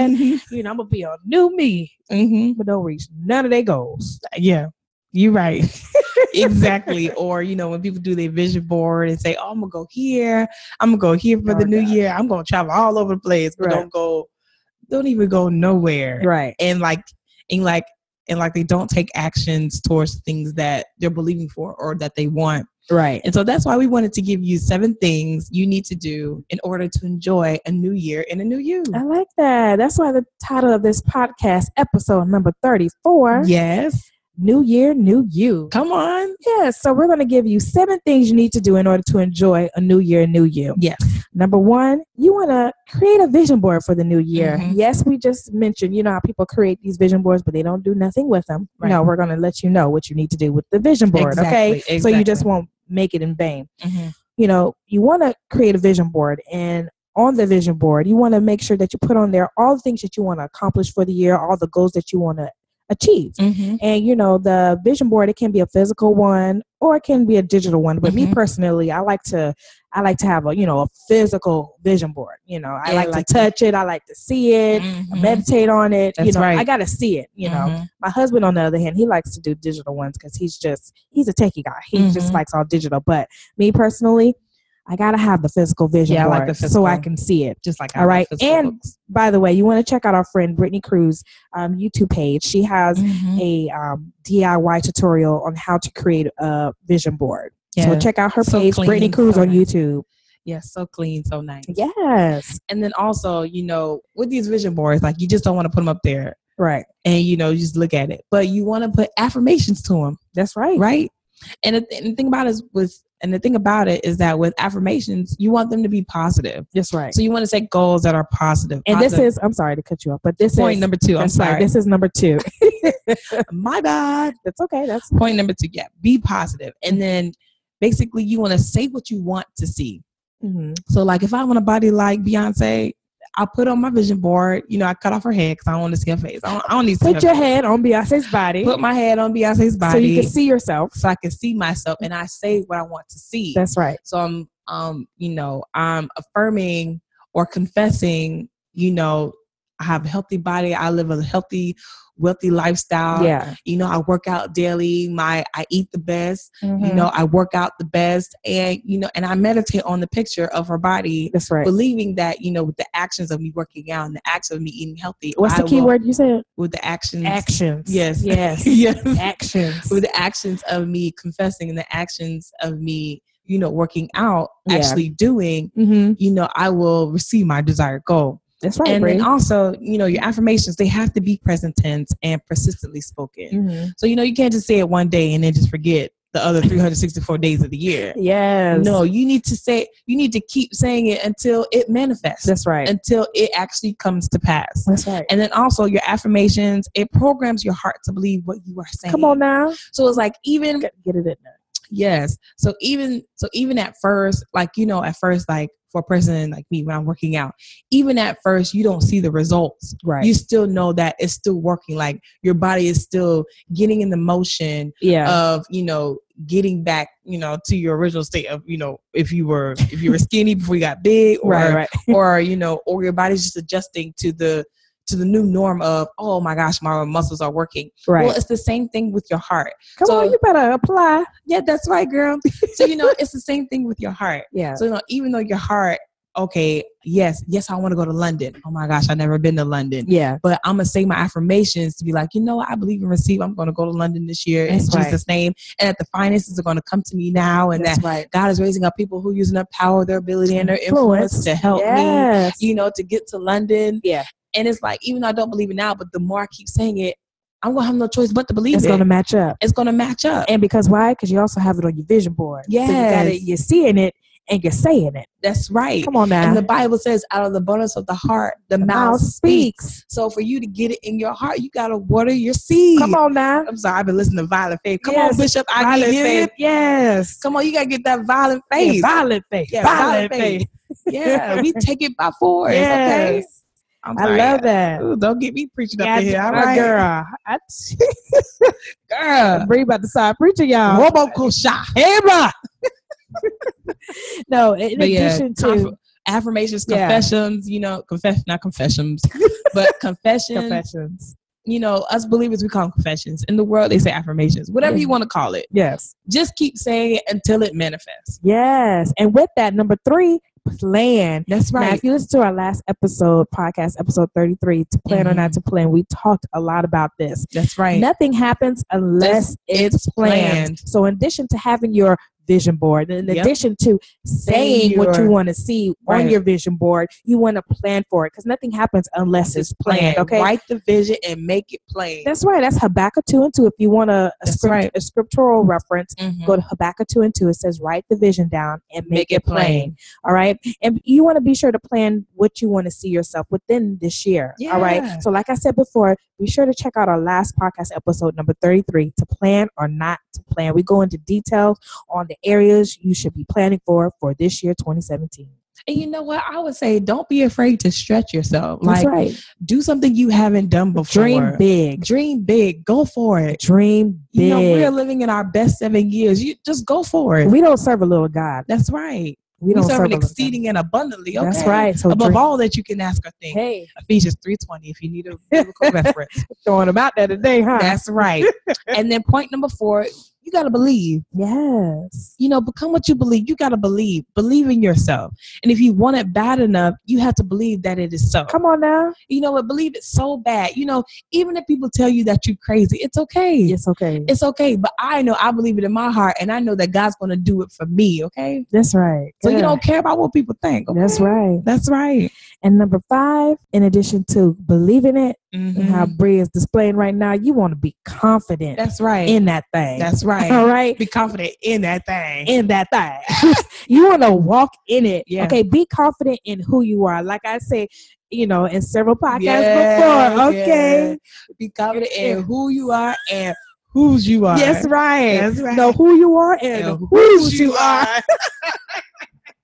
[SPEAKER 2] And
[SPEAKER 1] You know, I'm gonna be a new me,
[SPEAKER 2] hmm
[SPEAKER 1] but don't reach none of their goals.
[SPEAKER 2] yeah. You're right. exactly. Or, you know, when people do their vision board and say, Oh, I'm gonna go here, I'm gonna go here for the
[SPEAKER 1] Oh,
[SPEAKER 2] new
[SPEAKER 1] God.
[SPEAKER 2] year, I'm gonna travel all over the place, but
[SPEAKER 1] Right.
[SPEAKER 2] don't go don't even go nowhere.
[SPEAKER 1] Right.
[SPEAKER 2] and like and like and like they don't take actions towards things that they're believing for or that they want.
[SPEAKER 1] Right.
[SPEAKER 2] And so that's why we wanted to give you seven things you need to do in order to enjoy a new year and a new you.
[SPEAKER 1] I like that. That's why the title of this podcast, episode number 34,
[SPEAKER 2] Yes.
[SPEAKER 1] New Year, New You.
[SPEAKER 2] Come on.
[SPEAKER 1] Yes, so we're going to give you seven things you need to do in order to enjoy a new year, new you.
[SPEAKER 2] Yes.
[SPEAKER 1] Number one, you want to create a vision board for the new year.
[SPEAKER 2] Mhm.
[SPEAKER 1] Yes, we just mentioned, you know, how people create these vision boards, but they don't do nothing with them.
[SPEAKER 2] Right.
[SPEAKER 1] No, we're going to let you know what you need to do with the vision board, okay?
[SPEAKER 2] Exactly,
[SPEAKER 1] So you just
[SPEAKER 2] exactly.
[SPEAKER 1] won't make it in vain
[SPEAKER 2] Mhm.
[SPEAKER 1] you know, you want to create a vision board and on the vision board, you want to make sure that you put on there all the things that you want to accomplish for the year, all the goals that you want to achieve.
[SPEAKER 2] Mm-hmm.
[SPEAKER 1] And you know, the vision board it can be a physical one or it can be a digital one. But me
[SPEAKER 2] Mhm.
[SPEAKER 1] personally, I like to I like to have a you know a physical vision board. You know, I
[SPEAKER 2] Yeah,
[SPEAKER 1] like,
[SPEAKER 2] like
[SPEAKER 1] to touch it. I like to see it.
[SPEAKER 2] Mhm.
[SPEAKER 1] Meditate on it. you
[SPEAKER 2] That's
[SPEAKER 1] know,
[SPEAKER 2] right.
[SPEAKER 1] I gotta see it. You know,
[SPEAKER 2] Mhm.
[SPEAKER 1] my husband on the other hand, he likes to do digital ones because he's just he's a techie guy. He just
[SPEAKER 2] Mhm.
[SPEAKER 1] likes all digital. But me personally, I gotta have the physical vision
[SPEAKER 2] Yeah, I
[SPEAKER 1] board
[SPEAKER 2] like the
[SPEAKER 1] so I
[SPEAKER 2] physical.
[SPEAKER 1] can see it
[SPEAKER 2] just like
[SPEAKER 1] All
[SPEAKER 2] I love
[SPEAKER 1] right,
[SPEAKER 2] physical
[SPEAKER 1] and-
[SPEAKER 2] books.
[SPEAKER 1] by the way, you want to check out our friend Brittany Cruz um, YouTube page. She has
[SPEAKER 2] Mhm.
[SPEAKER 1] a um, DIY tutorial on how to create a vision board. So
[SPEAKER 2] Yeah.
[SPEAKER 1] check out her
[SPEAKER 2] So
[SPEAKER 1] page,
[SPEAKER 2] clean,
[SPEAKER 1] Brittany Cruz
[SPEAKER 2] so
[SPEAKER 1] on
[SPEAKER 2] nice.
[SPEAKER 1] YouTube.
[SPEAKER 2] yeah, so clean, so nice.
[SPEAKER 1] Yes,
[SPEAKER 2] And then also, you know, with these vision boards, like you just don't want to put them up there
[SPEAKER 1] right.
[SPEAKER 2] and you know, you just look at it. But you want to put affirmations to them,
[SPEAKER 1] That's right.
[SPEAKER 2] right? And the, th- and the thing about it is with and the thing about it is that with affirmations, you want them to be positive.
[SPEAKER 1] That's right.
[SPEAKER 2] So you want to set goals that are positive.
[SPEAKER 1] and this
[SPEAKER 2] Positive-
[SPEAKER 1] is I'm sorry to cut you off, but this
[SPEAKER 2] point
[SPEAKER 1] is
[SPEAKER 2] number two. I'm
[SPEAKER 1] that's right,
[SPEAKER 2] sorry.
[SPEAKER 1] This is number two.
[SPEAKER 2] My bad.
[SPEAKER 1] that's okay. That's
[SPEAKER 2] Point number two. Yeah, be positive. And then basically, you want to say what you want to see.
[SPEAKER 1] mhm.
[SPEAKER 2] So, like, if I want a body like Beyonce, I put on my vision board. You know, I cut off her head because I don't want to see her face. I don't, I don't need to see
[SPEAKER 1] put
[SPEAKER 2] her
[SPEAKER 1] your
[SPEAKER 2] face.
[SPEAKER 1] head on Beyonce's body,
[SPEAKER 2] Put my head on Beyonce's
[SPEAKER 1] so
[SPEAKER 2] body
[SPEAKER 1] you can see yourself.
[SPEAKER 2] so I can see myself and I say what I want to see.
[SPEAKER 1] That's right.
[SPEAKER 2] so I'm, um, you know, I'm affirming or confessing. You know, I have a healthy body. I live a healthy, wealthy lifestyle.
[SPEAKER 1] yeah.
[SPEAKER 2] You know, I work out daily. My I eat the best. You
[SPEAKER 1] Mhm.
[SPEAKER 2] know, I work out the best, and you know, and I meditate on the picture of her body
[SPEAKER 1] That's right.
[SPEAKER 2] believing that you know with the actions of me working out and the actions of me eating healthy
[SPEAKER 1] What's
[SPEAKER 2] I
[SPEAKER 1] the key
[SPEAKER 2] will-
[SPEAKER 1] word you said?
[SPEAKER 2] with the actions
[SPEAKER 1] Actions.
[SPEAKER 2] Yes.
[SPEAKER 1] Yes.
[SPEAKER 2] yes
[SPEAKER 1] Actions.
[SPEAKER 2] with the actions of me confessing and the actions of me you know working out
[SPEAKER 1] Yeah.
[SPEAKER 2] actually doing
[SPEAKER 1] Mm-hmm.
[SPEAKER 2] you know i will receive my desired goal
[SPEAKER 1] That's right.
[SPEAKER 2] and
[SPEAKER 1] Bree.
[SPEAKER 2] then also you know your affirmations they have to be present tense and persistently spoken
[SPEAKER 1] Mhm.
[SPEAKER 2] so you know you can't just say it one day and then just forget the other 364 days of the year
[SPEAKER 1] Yes.
[SPEAKER 2] no you need to say you need to keep saying it until it manifests
[SPEAKER 1] That's right.
[SPEAKER 2] until it actually comes to pass.
[SPEAKER 1] That's right.
[SPEAKER 2] And then also your affirmations, it programs your heart to believe what you are saying.
[SPEAKER 1] Come on now.
[SPEAKER 2] So it's like even
[SPEAKER 1] Get get it in there.
[SPEAKER 2] yes. So even so even at first, like you know, at first, like for a person like me when I'm working out, even at first you don't see the results.
[SPEAKER 1] Right.
[SPEAKER 2] You still know that it's still working. Like your body is still getting in the motion
[SPEAKER 1] yeah.
[SPEAKER 2] of, you know, getting back, you know, to your original state of, you know, if you were if you were skinny before you got big or
[SPEAKER 1] right. Right.
[SPEAKER 2] or you know or your body's just adjusting to the to the new norm of oh my gosh my muscles are working
[SPEAKER 1] Right.
[SPEAKER 2] well it's the same thing with your heart
[SPEAKER 1] Come
[SPEAKER 2] so-
[SPEAKER 1] on, you better apply.
[SPEAKER 2] yeah that's right girl so you know it's the same thing with your heart
[SPEAKER 1] Yeah.
[SPEAKER 2] so you know even though your heart okay yes yes i want to go to london oh my gosh i've never been to london
[SPEAKER 1] yeah.
[SPEAKER 2] but i'm gonna say my affirmations to be like you know what? i believe and receive i'm gonna go to london this year
[SPEAKER 1] That's
[SPEAKER 2] in
[SPEAKER 1] right.
[SPEAKER 2] jesus name and that the finances are gonna come to me now and
[SPEAKER 1] That's
[SPEAKER 2] that
[SPEAKER 1] right.
[SPEAKER 2] god is raising up people who are using their power their ability and their influence,
[SPEAKER 1] Influence.
[SPEAKER 2] to help me
[SPEAKER 1] yes.
[SPEAKER 2] you know, to get to London.
[SPEAKER 1] Yeah.
[SPEAKER 2] And it's like, even though I don't believe it now, but the more I keep saying it, I'm gonna have no choice but to believe
[SPEAKER 1] it's
[SPEAKER 2] it.
[SPEAKER 1] going to match up.
[SPEAKER 2] it's gonna match up.
[SPEAKER 1] And because why? Because you also have it on your vision board. So you got it.
[SPEAKER 2] Yes.
[SPEAKER 1] You're seeing it and you're saying it.
[SPEAKER 2] That's right.
[SPEAKER 1] Come on now.
[SPEAKER 2] And the Bible says, out of the abundance of the heart, the,
[SPEAKER 1] The
[SPEAKER 2] mouth speaks. So for you to get it in your heart, you gotta water your seed.
[SPEAKER 1] Come on now.
[SPEAKER 2] I'm sorry, I've been listening to Violent Faith. Come
[SPEAKER 1] Yes.
[SPEAKER 2] on, Bishop, I
[SPEAKER 1] Violent
[SPEAKER 2] can hear
[SPEAKER 1] faith.
[SPEAKER 2] it.
[SPEAKER 1] Yes.
[SPEAKER 2] Come on, you gotta get that violent
[SPEAKER 1] Yeah,
[SPEAKER 2] faith.
[SPEAKER 1] violent faith.
[SPEAKER 2] Yeah,
[SPEAKER 1] violent
[SPEAKER 2] violent
[SPEAKER 1] faith.
[SPEAKER 2] yeah, we take it by force. Okay.
[SPEAKER 1] Yes.
[SPEAKER 2] I'm
[SPEAKER 1] I
[SPEAKER 2] sorry.
[SPEAKER 1] love that.
[SPEAKER 2] Ooh, don't get me preaching up
[SPEAKER 1] Yeah,
[SPEAKER 2] in here. All
[SPEAKER 1] my
[SPEAKER 2] right,
[SPEAKER 1] girl. I
[SPEAKER 2] girl.
[SPEAKER 1] Bree about to start preaching, y'all.
[SPEAKER 2] Robo shot. Emma.
[SPEAKER 1] No, in addition to
[SPEAKER 2] affirmations,
[SPEAKER 1] Yeah.
[SPEAKER 2] confessions, you know, confess not confessions, but confessions.
[SPEAKER 1] confessions.
[SPEAKER 2] You know, us believers we call them confessions. In the world they say affirmations. Whatever
[SPEAKER 1] Yeah.
[SPEAKER 2] you want to call it.
[SPEAKER 1] Yes.
[SPEAKER 2] Just keep saying it until it manifests.
[SPEAKER 1] Yes. And with that, number three, plan.
[SPEAKER 2] That's
[SPEAKER 1] Now, if you listen to our last episode, podcast episode 33, to plan or
[SPEAKER 2] Mm-hmm.
[SPEAKER 1] not to plan, we talked a lot about this.
[SPEAKER 2] That's right.
[SPEAKER 1] Nothing happens unless it's,
[SPEAKER 2] it's
[SPEAKER 1] planned.
[SPEAKER 2] planned.
[SPEAKER 1] So, in addition to having your vision board, in
[SPEAKER 2] Yep.
[SPEAKER 1] addition to saying
[SPEAKER 2] Saying
[SPEAKER 1] what you
[SPEAKER 2] your-
[SPEAKER 1] want to see on
[SPEAKER 2] Right.
[SPEAKER 1] your vision board, you want to plan for it because nothing happens unless it's planned. Okay.
[SPEAKER 2] Write the vision and make it plain.
[SPEAKER 1] That's right. That's Habakkuk 2 and 2. If you want a, a,
[SPEAKER 2] That's
[SPEAKER 1] script,
[SPEAKER 2] right.
[SPEAKER 1] a scriptural reference,
[SPEAKER 2] Mhm.
[SPEAKER 1] go to Habakkuk 2 and 2. It says, write the vision down and Mm-hmm. make, it plain.
[SPEAKER 2] plain.
[SPEAKER 1] All right. And you want to be sure to plan what you want to see yourself within this year. All
[SPEAKER 2] Yeah.
[SPEAKER 1] right. So, like I said before, be sure to check out our last podcast episode, number 33, to plan or not to plan. We go into details on the areas you should be planning for for this year, 2017.
[SPEAKER 2] And you know what? I would say don't be afraid to stretch yourself. Like
[SPEAKER 1] That's right.
[SPEAKER 2] do something you haven't done before.
[SPEAKER 1] Dream big.
[SPEAKER 2] Dream big. Go for it.
[SPEAKER 1] Dream big.
[SPEAKER 2] You know, we're living in our best seven years. You just go for it.
[SPEAKER 1] we don't serve a little God.
[SPEAKER 2] That's right.
[SPEAKER 1] We
[SPEAKER 2] We
[SPEAKER 1] don't
[SPEAKER 2] serve an
[SPEAKER 1] a little God.
[SPEAKER 2] exceeding and abundantly.
[SPEAKER 1] That's
[SPEAKER 2] okay?
[SPEAKER 1] right. So
[SPEAKER 2] Above
[SPEAKER 1] dream-
[SPEAKER 2] all that you can ask or think.
[SPEAKER 1] hey,
[SPEAKER 2] Ephesians 3.20 if you need a biblical reference.
[SPEAKER 1] throwing them out there today, huh?
[SPEAKER 2] That's right. and then point number four, you got to believe.
[SPEAKER 1] yes.
[SPEAKER 2] You know, become what you believe. You got to believe. Believe in yourself. And if you want it bad enough, you have to believe that it is so.
[SPEAKER 1] Come on now.
[SPEAKER 2] You know what? Believe it so bad. You know, even if people tell you that you're crazy, it's okay.
[SPEAKER 1] It's okay.
[SPEAKER 2] It's okay. But I know I believe it in my heart and I know that God's going to do it for me, okay?
[SPEAKER 1] That's right.
[SPEAKER 2] So you
[SPEAKER 1] Good.
[SPEAKER 2] don't care about what people think. okay?
[SPEAKER 1] That's right.
[SPEAKER 2] That's right.
[SPEAKER 1] And number five, in addition to believing it and how
[SPEAKER 2] Mhm.
[SPEAKER 1] Bree is displaying right now, you want to be confident
[SPEAKER 2] That's right.
[SPEAKER 1] in that thing.
[SPEAKER 2] That's right.
[SPEAKER 1] all right.
[SPEAKER 2] Be confident in that thing.
[SPEAKER 1] In that thing. you want to walk in it.
[SPEAKER 2] Yeah.
[SPEAKER 1] Okay. Be confident in who you are. Like I said, you know, in several podcasts
[SPEAKER 2] Yeah,
[SPEAKER 1] before. Okay.
[SPEAKER 2] yeah. Be confident in who you are and whose you are.
[SPEAKER 1] Yes, right.
[SPEAKER 2] That's right.
[SPEAKER 1] Know who you are and,
[SPEAKER 2] And
[SPEAKER 1] whose you are.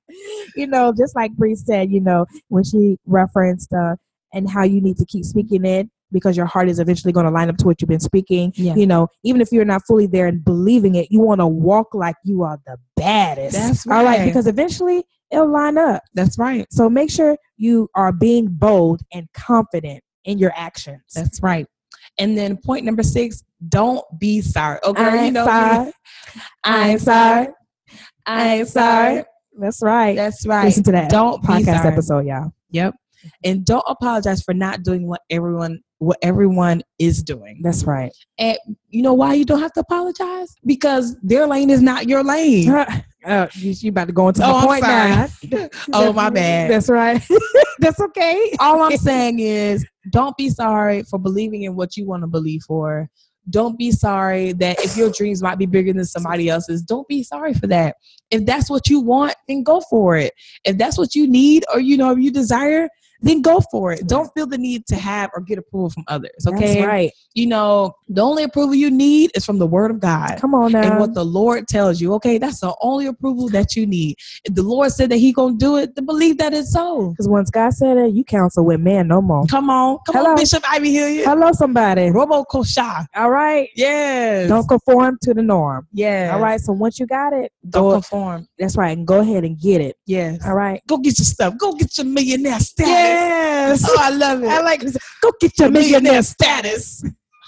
[SPEAKER 1] you know, just like Bree said, you know, when she referenced uh, and how you need to keep speaking it because your heart is eventually going to line up to what you've been speaking.
[SPEAKER 2] Yeah.
[SPEAKER 1] You know, even if you're not fully there and believing it, you want to walk like you are the baddest.
[SPEAKER 2] That's
[SPEAKER 1] All right,
[SPEAKER 2] right.
[SPEAKER 1] because eventually it'll line up.
[SPEAKER 2] That's right.
[SPEAKER 1] So make sure you are being bold and confident in your actions.
[SPEAKER 2] That's right. And then point number six, don't be sorry. Okay,
[SPEAKER 1] I
[SPEAKER 2] you
[SPEAKER 1] ain't
[SPEAKER 2] know,
[SPEAKER 1] sorry. I ain't sorry.
[SPEAKER 2] I ain't sorry.
[SPEAKER 1] That's right.
[SPEAKER 2] That's right.
[SPEAKER 1] Listen to that
[SPEAKER 2] don't be
[SPEAKER 1] podcast
[SPEAKER 2] sorry.
[SPEAKER 1] episode, y'all.
[SPEAKER 2] Yep. And don't apologize for not doing what everyone what everyone is doing.
[SPEAKER 1] That's right.
[SPEAKER 2] You know why you don't have to apologize? Because their lane is not your lane.
[SPEAKER 1] Uh, you, you about to go into
[SPEAKER 2] Oh,
[SPEAKER 1] my point
[SPEAKER 2] I'm
[SPEAKER 1] now.
[SPEAKER 2] sorry. Oh, my bad.
[SPEAKER 1] That's right. That's okay.
[SPEAKER 2] all I'm saying is don't be sorry for believing in what you want to believe for. Don't be sorry that if your dreams might be bigger than somebody else's, don't be sorry for that. If that's what you want, then go for it. If that's what you need or you know if you desire, then go for it. Don't feel the need to have or get approval from others. Okay.
[SPEAKER 1] That's right.
[SPEAKER 2] You know, the only approval you need is from the word of God
[SPEAKER 1] Come on now.
[SPEAKER 2] and what the Lord tells you. Okay, that's the only approval that you need. If the Lord said that He gonna do it, then believe that it's so.
[SPEAKER 1] Because once God said it, you counsel with man no more.
[SPEAKER 2] Come on, come
[SPEAKER 1] Hello.
[SPEAKER 2] on, Bishop Ivy Hilliard.
[SPEAKER 1] Hello, somebody.
[SPEAKER 2] Robo Kosha.
[SPEAKER 1] All right.
[SPEAKER 2] Yes.
[SPEAKER 1] Don't conform to the norm.
[SPEAKER 2] yes.
[SPEAKER 1] All right. So once you got it,
[SPEAKER 2] Don't
[SPEAKER 1] go.
[SPEAKER 2] conform.
[SPEAKER 1] That's right. And go ahead and get it.
[SPEAKER 2] Yes.
[SPEAKER 1] All right.
[SPEAKER 2] Go get your stuff. Go get your millionaire status.
[SPEAKER 1] Yes.
[SPEAKER 2] Oh, I love it.
[SPEAKER 1] I like this. Go get your millionaire.
[SPEAKER 2] status.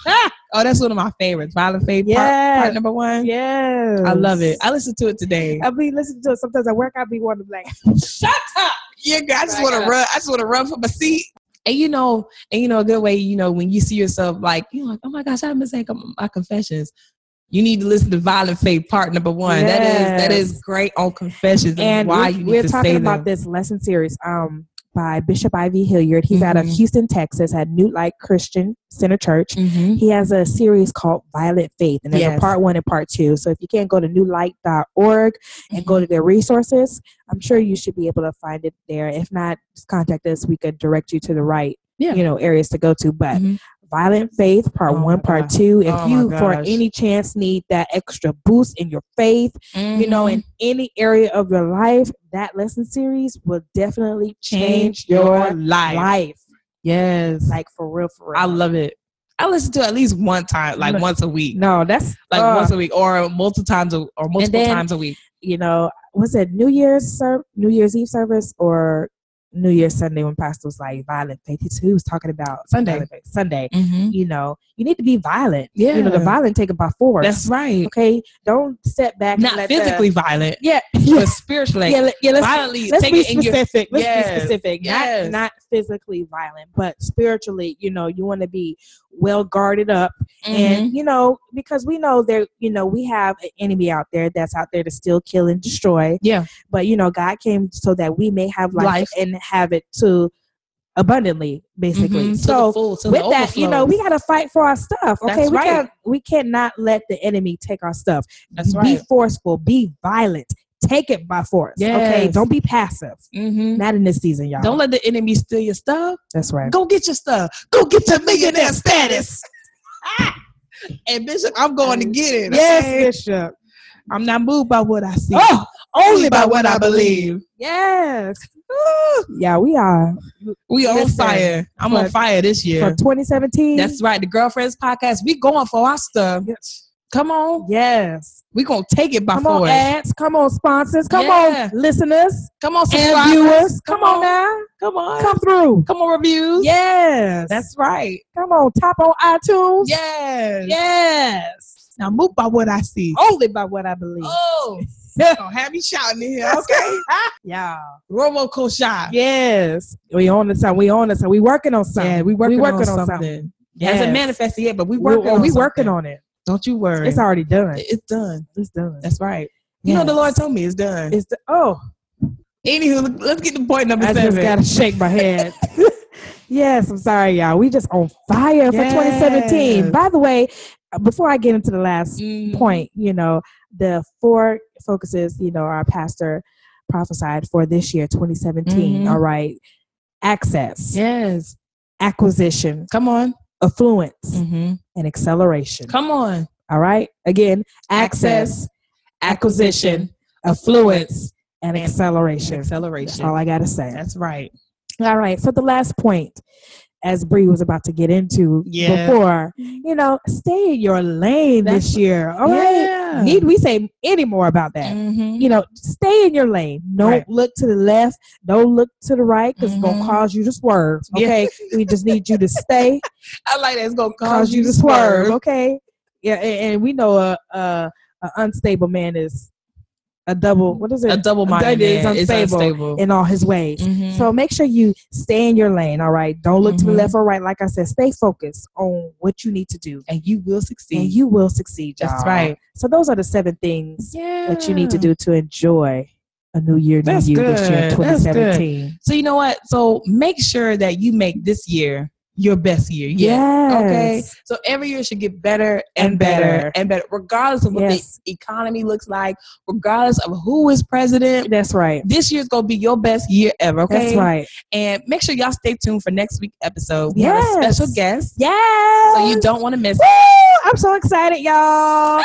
[SPEAKER 2] Ah. oh, that's one of my favorites. Violent Fave part,
[SPEAKER 1] Yeah.
[SPEAKER 2] part number one.
[SPEAKER 1] Yes.
[SPEAKER 2] I love it. I listened to it today.
[SPEAKER 1] I be listening to it sometimes at work. I be wanting to be like,
[SPEAKER 2] Shut up. Yeah, girl, I just
[SPEAKER 3] Right
[SPEAKER 2] want to
[SPEAKER 3] up.
[SPEAKER 2] run. I just want to run for my seat. And you know, and you know, a good way, you know, when you see yourself like, you know, like, oh my gosh, I've been saying my confessions. You need to listen to Violent Faith part number one. That is that
[SPEAKER 1] Yes.
[SPEAKER 2] is great on confessions and,
[SPEAKER 1] and
[SPEAKER 2] why
[SPEAKER 1] we're,
[SPEAKER 2] you need
[SPEAKER 1] we're
[SPEAKER 2] to
[SPEAKER 1] talking
[SPEAKER 2] say
[SPEAKER 1] about
[SPEAKER 2] them.
[SPEAKER 1] this lesson series um, by Bishop Ivy Hilliard. He's out of
[SPEAKER 2] Mhm.
[SPEAKER 1] Houston, Texas, at New Light Christian Center Church.
[SPEAKER 2] Mhm.
[SPEAKER 1] He has a series called Violent Faith, and there's a
[SPEAKER 2] Yes.
[SPEAKER 1] part one and part two. So if you can't go to newlight.org and
[SPEAKER 2] Mm-hmm.
[SPEAKER 1] go to their resources, I'm sure you should be able to find it there. If not, just contact us. We could direct you to the right,
[SPEAKER 2] Yeah.
[SPEAKER 1] you know, areys to go to. But
[SPEAKER 2] Mhm.
[SPEAKER 1] Violent Faith, part
[SPEAKER 2] Oh
[SPEAKER 1] one,
[SPEAKER 2] my
[SPEAKER 1] part
[SPEAKER 2] gosh.
[SPEAKER 1] two. If
[SPEAKER 2] Oh my
[SPEAKER 1] you, for
[SPEAKER 2] gosh.
[SPEAKER 1] any chance, need that extra boost in your faith,
[SPEAKER 2] Mm-hmm.
[SPEAKER 1] you know, in any area of your life, that lesson series will definitely Mm-hmm. change your
[SPEAKER 2] life.
[SPEAKER 1] life.
[SPEAKER 2] Yes.
[SPEAKER 1] Like for real, for real.
[SPEAKER 2] I love it. I listen to it at least one time, like
[SPEAKER 1] No.
[SPEAKER 2] once a week.
[SPEAKER 1] No, that's
[SPEAKER 2] Like
[SPEAKER 1] uh,
[SPEAKER 2] once a week or multiple times a, or multiple
[SPEAKER 1] then-
[SPEAKER 2] times a week.
[SPEAKER 1] you know, was it New Year's ser- New Year's Eve service or New Year's Sunday when Pastor was like violent faith? He- He was talking about
[SPEAKER 2] Sunday.
[SPEAKER 1] violent faith. Sunday.
[SPEAKER 2] Mm-hmm.
[SPEAKER 1] You know, you need to be violent.
[SPEAKER 2] Yeah.
[SPEAKER 1] You know, the violent take it by force.
[SPEAKER 2] That's right.
[SPEAKER 1] okay. Don't step back. and
[SPEAKER 2] Not
[SPEAKER 1] let the-
[SPEAKER 2] physically violent,
[SPEAKER 1] yeah.
[SPEAKER 2] but
[SPEAKER 1] Yeah.
[SPEAKER 2] spiritually.
[SPEAKER 1] Yeah. let- yeah, Let's
[SPEAKER 2] violently
[SPEAKER 1] let's
[SPEAKER 2] take
[SPEAKER 1] be
[SPEAKER 2] it in your
[SPEAKER 1] specific. let's be
[SPEAKER 2] Yes.
[SPEAKER 1] specific.
[SPEAKER 2] Yes.
[SPEAKER 1] Not not physically violent, but spiritually, you know, you want to be well guarded up.
[SPEAKER 2] Mhm.
[SPEAKER 1] And, you know, because we know there, you know, we have an enemy out there that's out there to steal, kill, and destroy.
[SPEAKER 2] Yeah.
[SPEAKER 1] But you know, God came so that we may have life,
[SPEAKER 2] Life.
[SPEAKER 1] and have it to abundantly, basically.
[SPEAKER 2] Mhm. To the
[SPEAKER 1] So
[SPEAKER 2] full, to the
[SPEAKER 1] with that, you
[SPEAKER 2] overflow.
[SPEAKER 1] know, we gotta fight for our stuff. Okay.
[SPEAKER 2] That's
[SPEAKER 1] we
[SPEAKER 2] right.
[SPEAKER 1] can't we cannot let the enemy take our stuff
[SPEAKER 2] that's
[SPEAKER 1] be
[SPEAKER 2] right.
[SPEAKER 1] forceful, be violent, take it by force. Okay,
[SPEAKER 2] Yes.
[SPEAKER 1] don't be passive.
[SPEAKER 2] Mhm.
[SPEAKER 1] Not in this season, y'all.
[SPEAKER 2] Don't let the enemy steal your stuff.
[SPEAKER 1] That's right.
[SPEAKER 2] Go get your stuff. Go get your millionaire status. Ah! and Bishop, I'm going to get it. okay?
[SPEAKER 1] Bishop.
[SPEAKER 2] I'm not moved by what I see.
[SPEAKER 1] Oh,
[SPEAKER 2] only by what I believe.
[SPEAKER 1] Yes. Yeah, we are
[SPEAKER 2] We on
[SPEAKER 1] Listen,
[SPEAKER 2] fire. I'm on
[SPEAKER 1] for-
[SPEAKER 2] fire this
[SPEAKER 1] for
[SPEAKER 2] year.
[SPEAKER 1] 2017.
[SPEAKER 2] That's right. The girlfriends podcast. We going for our stuff.
[SPEAKER 1] Yes.
[SPEAKER 2] Come on.
[SPEAKER 1] yes.
[SPEAKER 2] We gonna take it by
[SPEAKER 1] Come on,
[SPEAKER 2] force.
[SPEAKER 1] ads. Come on, sponsors. Come
[SPEAKER 2] Yeah.
[SPEAKER 1] on, listeners
[SPEAKER 2] Come on,
[SPEAKER 1] and
[SPEAKER 2] subscribers.
[SPEAKER 1] viewers. Come, on now.
[SPEAKER 2] Come on. Come,
[SPEAKER 1] Come through.
[SPEAKER 2] come on, reviews.
[SPEAKER 1] Yes.
[SPEAKER 2] That's right.
[SPEAKER 1] come on. Top on iTunes.
[SPEAKER 2] Yes.
[SPEAKER 1] Yes.
[SPEAKER 2] Now move by what I see.
[SPEAKER 1] Only by what I believe.
[SPEAKER 2] Oh. Don't have me shouting in here. Okay.
[SPEAKER 1] Oh, Yeah.
[SPEAKER 2] Robo shot.
[SPEAKER 1] Yes. We on the time. We on the time. We working on something.
[SPEAKER 2] Yeah, we working,
[SPEAKER 1] We working
[SPEAKER 2] on,
[SPEAKER 1] on
[SPEAKER 2] something.
[SPEAKER 1] Yes.
[SPEAKER 2] Hasn't manifested yet, but we
[SPEAKER 1] We
[SPEAKER 2] working.
[SPEAKER 1] working,
[SPEAKER 2] on
[SPEAKER 1] we working
[SPEAKER 2] something.
[SPEAKER 1] on it.
[SPEAKER 2] Don't you worry.
[SPEAKER 1] It's already done.
[SPEAKER 2] It's done.
[SPEAKER 1] It's done.
[SPEAKER 2] That's right. You know the
[SPEAKER 1] Yes.
[SPEAKER 2] Lord told me it's done.
[SPEAKER 1] It's the, oh,
[SPEAKER 2] Anywho, look- let's get to point number
[SPEAKER 1] I
[SPEAKER 2] seven.
[SPEAKER 1] just gotta shake my head. yes, I'm sorry, y'all. We just on fire for 2017.
[SPEAKER 2] Yes.
[SPEAKER 1] By the way, uh, before I get into the last
[SPEAKER 2] Mm.
[SPEAKER 1] point, you know, the four focuses, you know, our pastor prophesied for this year, 2017.
[SPEAKER 2] Mhm.
[SPEAKER 1] all right. Access,
[SPEAKER 2] Yes.
[SPEAKER 1] acquisition,
[SPEAKER 2] Come on.
[SPEAKER 1] affluence,
[SPEAKER 2] Mm-hmm.
[SPEAKER 1] and acceleration.
[SPEAKER 2] Come on.
[SPEAKER 1] All right. Again, access, acquisition, affluence, and
[SPEAKER 2] and
[SPEAKER 1] acceleration. That's
[SPEAKER 2] Acceleration.
[SPEAKER 1] all I gotta say.
[SPEAKER 2] That's right.
[SPEAKER 1] All right. So the last point, as Bree was about to get into
[SPEAKER 2] Yeah.
[SPEAKER 1] before, you know, stay in your lane this year. All right.
[SPEAKER 2] yeah.
[SPEAKER 1] Need we say any more about that?
[SPEAKER 2] Mhm.
[SPEAKER 1] You know, stay in your lane. Don't
[SPEAKER 2] Right.
[SPEAKER 1] look to the left. Don't look to the right because it's
[SPEAKER 2] Mhm.
[SPEAKER 1] gonna cause you to swerve.
[SPEAKER 2] Yeah.
[SPEAKER 1] Okay. we just need you to stay,
[SPEAKER 2] I like that. It's gonna cause,
[SPEAKER 1] cause you to swerve. Okay. Yeah, and, and we know a, a, a unstable man is a double. What is it?
[SPEAKER 2] Mm-hmm. A double minded
[SPEAKER 1] That is
[SPEAKER 2] man is
[SPEAKER 1] unstable.
[SPEAKER 2] unstable.
[SPEAKER 1] in all his ways.
[SPEAKER 2] Mhm.
[SPEAKER 1] So make sure you stay in your lane, all right? Don't look to the
[SPEAKER 2] Mhm.
[SPEAKER 1] left or right. Like I said, stay focused on what you need to do,
[SPEAKER 2] and you will succeed.
[SPEAKER 1] and you will succeed.
[SPEAKER 2] That's
[SPEAKER 1] y'all.
[SPEAKER 2] right.
[SPEAKER 1] So those are the seven things
[SPEAKER 2] yeah.
[SPEAKER 1] that you need to do to enjoy a new year, new
[SPEAKER 2] That's
[SPEAKER 1] you this year,
[SPEAKER 2] good. That's good.
[SPEAKER 1] 2017.
[SPEAKER 2] So you know what? So make sure that you make this year your best year. Yeah. Okay.
[SPEAKER 1] Yes.
[SPEAKER 2] So every year should get better and,
[SPEAKER 1] And
[SPEAKER 2] better,
[SPEAKER 1] better.
[SPEAKER 2] and better, regardless of what
[SPEAKER 1] Yes.
[SPEAKER 2] the economy looks like, regardless of who is president.
[SPEAKER 1] That's right.
[SPEAKER 2] This year's gonna be your best year ever. Okay.
[SPEAKER 1] That's right.
[SPEAKER 2] And make sure y'all stay tuned for next week's episode. We have a
[SPEAKER 1] Yes.
[SPEAKER 2] special guest.
[SPEAKER 1] Yes.
[SPEAKER 2] So you don't want to miss
[SPEAKER 1] Woo!
[SPEAKER 2] it.
[SPEAKER 1] I'm so excited, y'all.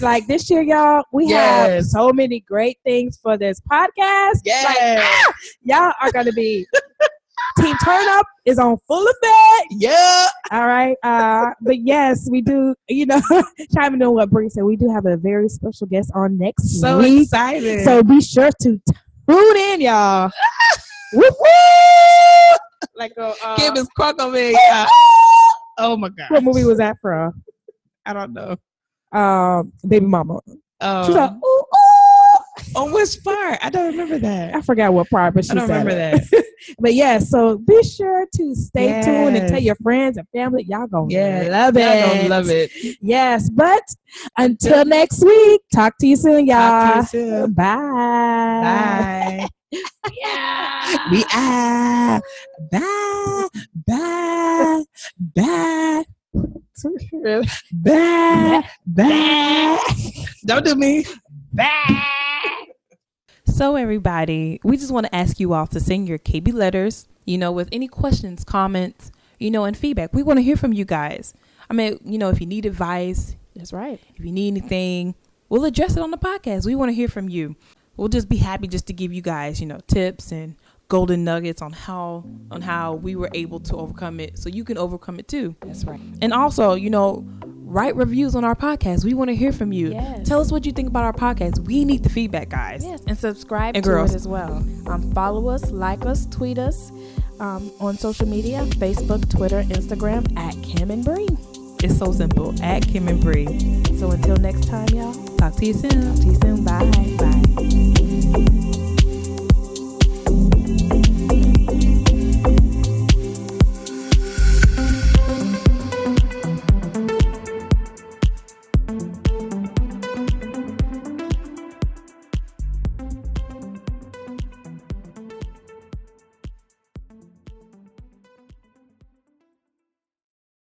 [SPEAKER 1] like this year, y'all, we have
[SPEAKER 2] Yes.
[SPEAKER 1] so many great things for this podcast. Like, ah!
[SPEAKER 2] Yes.
[SPEAKER 1] y'all are gonna be team turn up is on full effect
[SPEAKER 2] Yeah.
[SPEAKER 1] all right uh but yes we do you know chiming in what Bree said we do have a very special guest on next
[SPEAKER 2] So
[SPEAKER 1] week
[SPEAKER 2] excited.
[SPEAKER 1] so be sure to tune in y'all whoop, whoop. like uh, uh,
[SPEAKER 2] Kim is crunk over here. y'all. Oh my god.
[SPEAKER 1] what movie was that from
[SPEAKER 2] I don't know.
[SPEAKER 1] um baby mama
[SPEAKER 2] Um,
[SPEAKER 1] she's like ooh, ooh.
[SPEAKER 2] on which part? Oh, I don't remember that.
[SPEAKER 1] i forgot what part but she
[SPEAKER 2] I don't
[SPEAKER 1] said
[SPEAKER 2] remember
[SPEAKER 1] it.
[SPEAKER 2] that.
[SPEAKER 1] but yeah so be sure to stay tuned and
[SPEAKER 2] Yes.
[SPEAKER 1] tell your friends and family y'all gonna
[SPEAKER 2] Yeah,
[SPEAKER 1] love it
[SPEAKER 2] Y'all gonna love it.
[SPEAKER 1] Yes, but until next week, talk to you soon, y'all.
[SPEAKER 2] Talk to you soon.
[SPEAKER 1] Bye.
[SPEAKER 2] Bye. yeah. We are. Bye. Bye. Bye. Bye. Bye. Don't do me.
[SPEAKER 3] So, everybody, we just want to ask you all to send your KB letters, you know, with any questions, comments, you know, and feedback. We want to hear from you guys. I mean, you know, if you need advice,
[SPEAKER 1] That's right.
[SPEAKER 3] if you need anything, we'll address it on the podcast. We want to hear from you. We'll just be happy just to give you guys, you know, tips and golden nuggets on how on how we were able to overcome it so you can overcome it too.
[SPEAKER 1] That's right.
[SPEAKER 3] And also, you know, write reviews on our podcast. We want to hear from you.
[SPEAKER 1] Yes.
[SPEAKER 3] Tell us what you think about our podcast. We need the feedback, guys.
[SPEAKER 4] Yes, and subscribe
[SPEAKER 3] And
[SPEAKER 4] to
[SPEAKER 3] girls.
[SPEAKER 4] it as well. Um, follow us, like us, tweet us um, on social media Facebook, Twitter, Instagram at Cam and Bree.
[SPEAKER 3] It's so simple. At Kim and Bree.
[SPEAKER 4] So until next time, y'all,
[SPEAKER 3] Talk to you soon.
[SPEAKER 4] see you soon. Bye. Bye.